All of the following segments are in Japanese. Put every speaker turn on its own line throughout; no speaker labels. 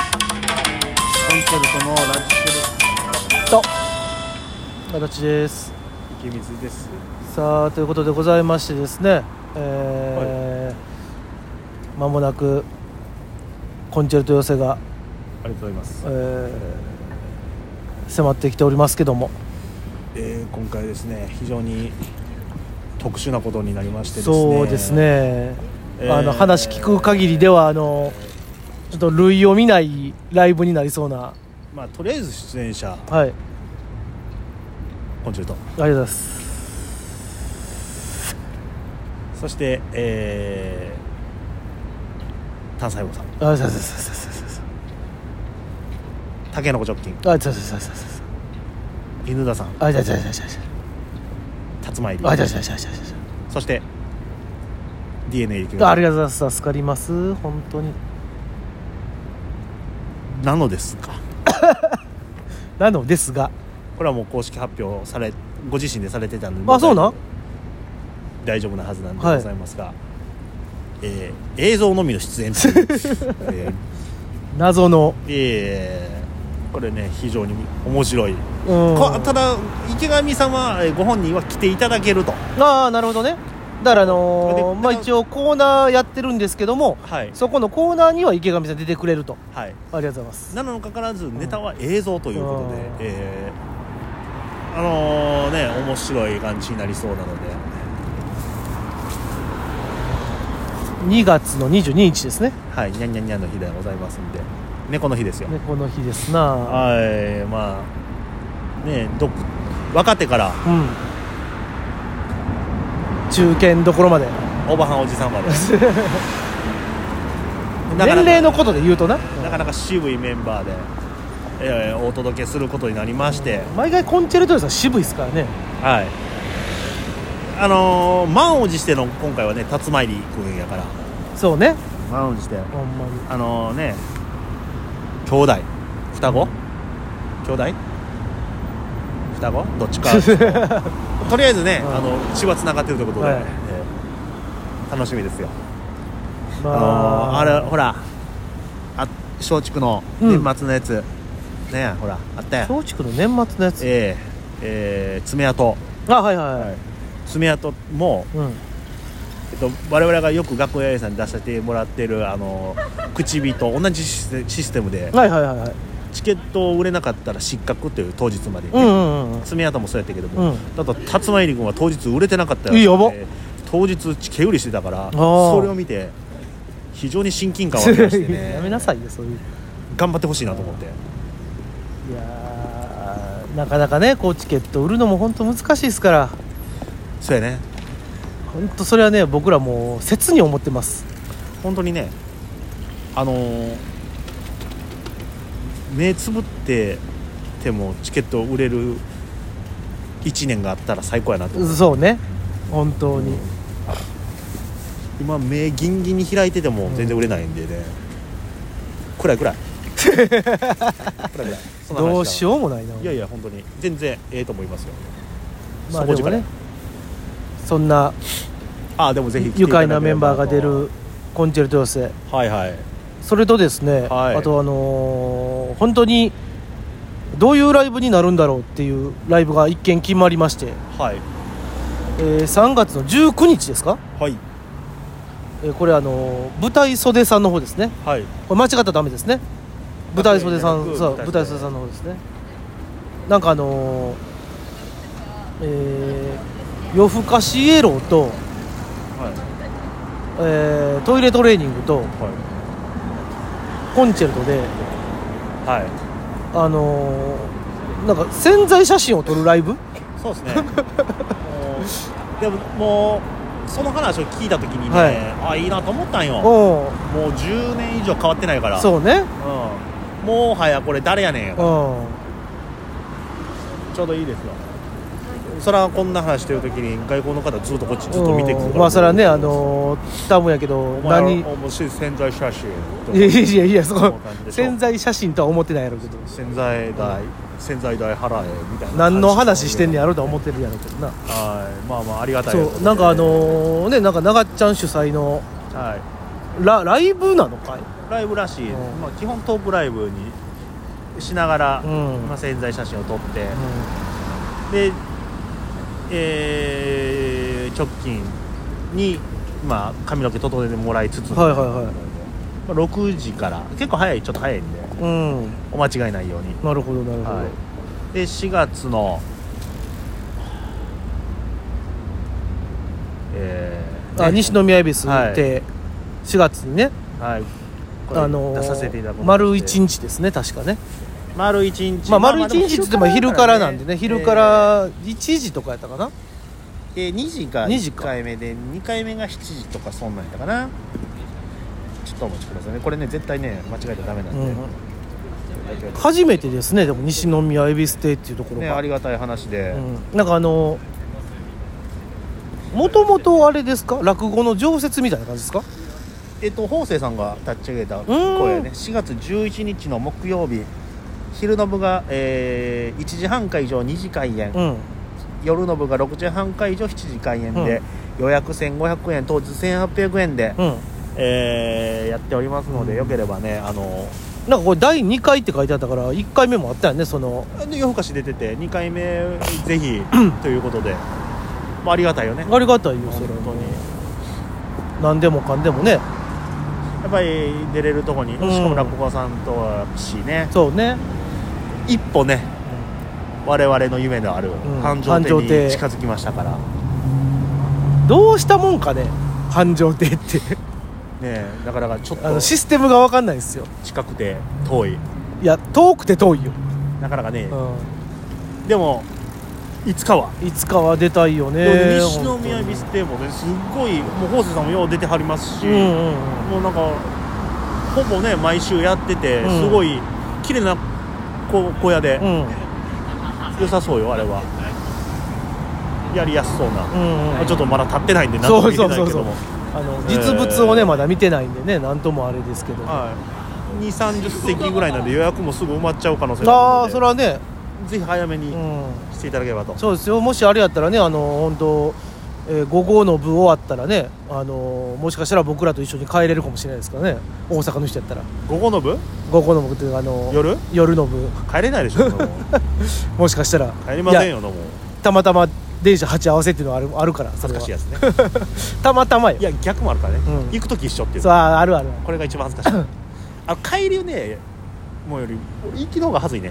コンセルトのラジ
と形です
シル池水です
さあということでございましてですねえー間もなくコンチェルト寄せが、
ありがとうございます
えー迫ってきておりますけども
えー今回ですね非常に特殊なことになりましてですね
そうですね、
えー
あの話聞く限りではあのちょっと類を見ないライブになりそうな
まあとりあえず出演者
はいあり
コンチェルト
がとうございます
そしてえー、単細胞さん
ありがとうございます
タケノコ直近
ありがとうございます
犬田さん
ありがとうございます
竜巻入り
ありがとうございますありがとうございますありがとうございます
そして DNA 池
あ
水
りがとうございます助かります本当に
なのですか
なのですが
これはもう公式発表されご自身でされてたんで
あそうなん
大丈夫なはずなんで
はい
ございますが、えー映像のみの出演という、え ー
謎の
えーこれね非常に面白い、
うん
こただ池上さんはえーご本人は来ていただけると
ああなるほどねだからあ
それ
のー
で
まあ一応コーナーやってるんですけども
はい、
そこのコーナーには池上さん出てくれると
はい、
ありがとうございます
なのにかかわらずネタは映像ということで、
うん
えーあのーね面白い感じになりそうなので
2月の22日ですね
はいにゃんにゃんにゃんの日でございますんで猫の日ですよ、
ねこの日ですな
はいまあねどっ若手から
うん中堅どころまで
おばはんおじさんまでなか
年
な
齢
か
のことで言うとな
なかなか渋いメンバーで、えーお届けすることになりまして、
毎回コンチェルトよりさ渋いですからね
はいあのー、満を持しての今回はね竜参り君やから
そうね
満を持して
ほんまに
あのね兄弟双子兄弟双子どっ ちかとりあえずね、
うん
あの血はつながってるということで、
はい
えー楽しみですよ
ま
あのーあれほらあ松竹の
うん
年末のやつ、ねほらあったやん
松竹の年末のやつ
ええええ爪痕
あはいはいはい
爪痕も、
う
え
ん
っと、我々がよく学校やさんに出させてもらってるあのー口火と同じシステシステムで
はいはいはいはい
チケットを売れなかったら失格という当日まで、
うんうんうん
爪痕もそうやったけど
う
も、
ん
だと辰馬入り君は当日売れてなかったらしくて
やば
当日チケ売りしてたから
ー
それを見て非常に親近感をありましてね
やめなさいよそういう
頑張ってほしいなと思って
いやーなかなかねこうチケット売るのも本当難しいですから
そうやね
本当それはね僕らもう切に思ってます
本当にねあのー目つぶっててもチケット売れる1年があったら最高やなと思う
そうね本当に、
今目ギンギンに開いてても全然売れないんでね、暗い暗い暗い暗いそんな話だわ
どうしようもないない
やいや本当に全然ええと思いますよ
まあ
底
でも
力
ねそんな
ああでもぜひ来てい
愉
ただけ
快
れば
なメンバーが出るコンチェルト寄せ
はいはい
それとですね、
はい
あとあのー本当にどういうライブになるんだろうっていうライブが一件決まりまして、
はい
えー3月の19日ですか、
はい
えーこれあのー舞台袖さんの方ですね
はい
これ間違ったらダメですね舞台袖さ
間違いなんく
そう
舞
舞
台袖
台袖さんの方ですねなんかあのーえー夜更かしイエローと、
はい
えートイレトレーニングと
は
コンチェルトで
い、は
あのーなんか潜在写真を撮るライブ
い、そうですねもうでももうその話を聞いた時にね、
はい
あいいなと思ったんよも
おお
う10年以上変わってないからう、
そうね
ん、もはやこれ誰やねんや
う
から
ん
ちょうどいいですよそらこんな話してる時に外交の方ずっとこっちずっと見てくるから
うんまあそれはねあのー多分やけど
お前
何い
は面白い潜在写真とか
やいやいやいやそ
そう
こ
なんでしょう
潜在写真とは思ってないやろうけど
潜在代潜在代払えみたいな
何の話してんねやろうとは思
っ
ってるやろうけどな
てはいまあまあありがたい
そうなんかあのーねなんか長っちゃん主催の
はい
ラライブなのかい
ライブらしい、
うん
まあ、基本トークライブにしながら、
うん
まあ、潜在写真を撮って、
う
で、えー直近に、まあ、髪の毛整えてもらいつつ、
はいはいはい
まあ、6時から結構早いちょっと早いんで
ん、うん、
お間違いないように、
なるほどなるほど、
はい、で4月のえー
あ
ね
西宮恵比寿行って、4月にね、
はいこれ
あの
出させていただく
丸1日ですね確かね、
丸一日
まあ、丸1日って言っても昼からなんでね、昼か、
まあ
ら1時とかやったかな、
でもえーえー2時が
2時
1
か
回目で2回目が7時とかそんなんやったかなちょっとお待ちくださいねこれね絶対ね間違えちゃダメなんで、
初めてですねでも西宮恵比寿亭っていうところ
ね
が、
ありがたい話で、
うん、なんかあのもともとあれですか落語の常設みたいな感じですか
えっと法政さんが立ち上げた声ね4月11日の木曜日昼の部が、えー1時半会場2時開演、
うん
夜の部が6時半会場7時開演で、予約1500円当日1800円で、
うん
えーやっておりますので、
うん
よければねあの
なんかこれ第2回って書いてあったから1回目もあったよねその
で夜更かし出てて2回目ぜ ひということで、まあ、ありがたいよね
ありがたいよそれ
本当に
何でもかんでもね
やっぱり出れるとこに、
うん
しかも落語家さんとはしね
そうね、
一歩ね我々の夢のある
ん
繁盛
繁盛
店
亭
に近づきましたから、ね
どうしたもんかね繁盛亭って
えなかなかちょっ
あの
と
システムが分かんないですよ
近くて遠い
いや遠くて遠いよ、
なかなかね、
う
でもいつかは、
ん、いつかは出たいよね
西宮ビステーもねすっごいもう法政さんもよう出てはりますし、
うんうんうん
もうなんかほぼね毎週やってて、
うん
すごい綺麗な小小屋で、
うん
良さそうよあれはやりやすそうな、
うん
まあちょっとまだ立ってないんで何と
そ
も
う
言
そ
え
う
ない
そう
け
そ
ど
う
も
あの実物をねまだ見てないんでね何ともあれですけどあ
はい、2 3 0席ぐらいなんで予約もすぐ埋まっちゃう可能性があ
あ
るの
ーそ
で
れはね
ぜひ早め
う
に
ん
していただければと、
そうですよもしあれやったらねあの本当えー、5号の部終わったらね、あのもしかしたら僕らと一緒に帰れるかもしれないですからね大阪の人やったら
午後の部
5号の部というか、あの
夜
夜の部
帰れないでしょそんなもん
もしかしたら
帰りません
いや
よのもう
たまたま電車鉢合わせっていうのはあるあるからそ
恥
れ
ず
は
かしいやつね
たまたまよ
いや逆もあるからね、
うん
行く時一緒っていう
そうああるある
これが一番恥ずかし いあ帰りねもうより俺行きの方が恥ずいね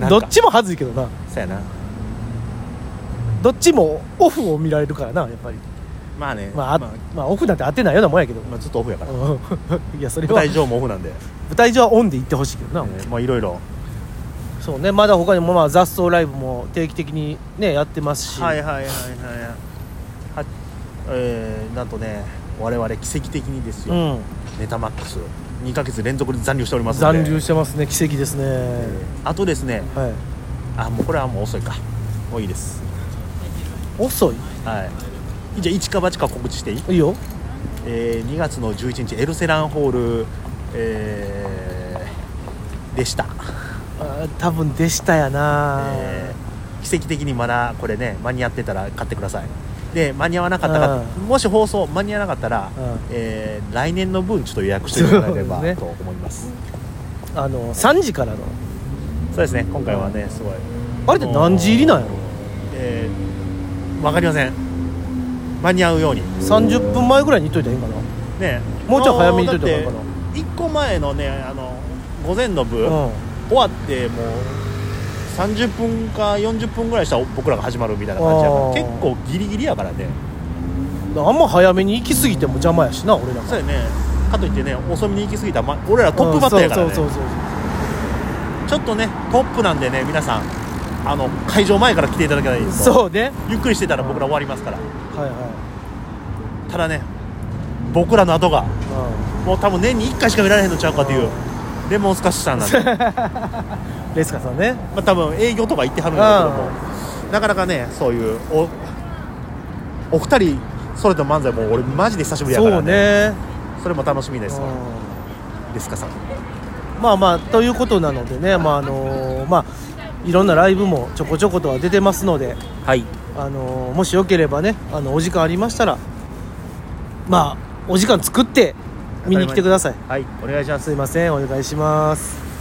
なん
ど
か
っちも恥ずいけどな
そうやな
どっちもオフを見られるからなやっぱり
まあね
まあ、あ
まあ
まあ、オフなんて当てないようなもんやけど、
まあずっとオフやから
うん いやそれ
舞
は
台上もオフなんで、
舞台上はオンで行ってほしいけどな、
ねまあいろいろ
そうねまだ他にもまあ雑草ライブも定期的にねやってますし、
はいはいはいはいはいはえー、なんとね我々奇跡的にです
う
よ、
ん、
ネタマックス2ヶ月連続で残留しておりますので
残留してますね奇跡ですね、
あとですね
はい
あもうこれはもう遅いかもういいです
遅い
はいじゃあ一か八か告知していい、
いいよ
えー、2月の11日エルセランホール、えーでした、
あー多分でしたやな、
えー奇跡的にまだこれね間に合ってたら買ってくださいで間に合わなかったら
う
もし放送間に合わなかったら、
うん
えー来年の分ちょっと予約していただければ、
そうですね
と思います
あの3時からの
そうですね今回はねすごい
あれって何時入りなんやろ
えー、分かりません間に合うように
30分前ぐらいに行っといたらいいんかな
ね
もうちょい早めに行っといた方がいいかな
もうだって1個前のねあの午前の部、
うん
終わってもう30分か40分ぐらいしたら僕らが始まるみたいな感じやから
あー
結構ギリギリやからね
あんま早めに行き過ぎても邪魔やしな俺らが
そうやねかといってね遅めに行き過ぎたら、ま、俺らトップバッターやからね
うんそうそうそうそう
ちょっとねトップなんでね皆さんあの会場前から来ていただけないと
そうね
ゆっくりしてたら僕ら終わりますから
はいは
ただね僕らの後が
い、うん
もう多分年に1回しか見られへんのちゃうかっていう
うん
レモンスカッシュさんなんでま
レスカさんね
あ多分営業とか行ってはるんだけどもなかなかねそういうおお二人それと漫才も俺マジで久しぶりやか
そ
ら
う
ね
ね
それも楽しみですわ
う
レスカさん
んまあまあということなのでねまああのーまあいろんなライブもちょこちょことは出てますので
はい
あのーもしよければねあのお時間ありましたらまあお時間作って見に来てください
はいお願いします
すいませんお願いします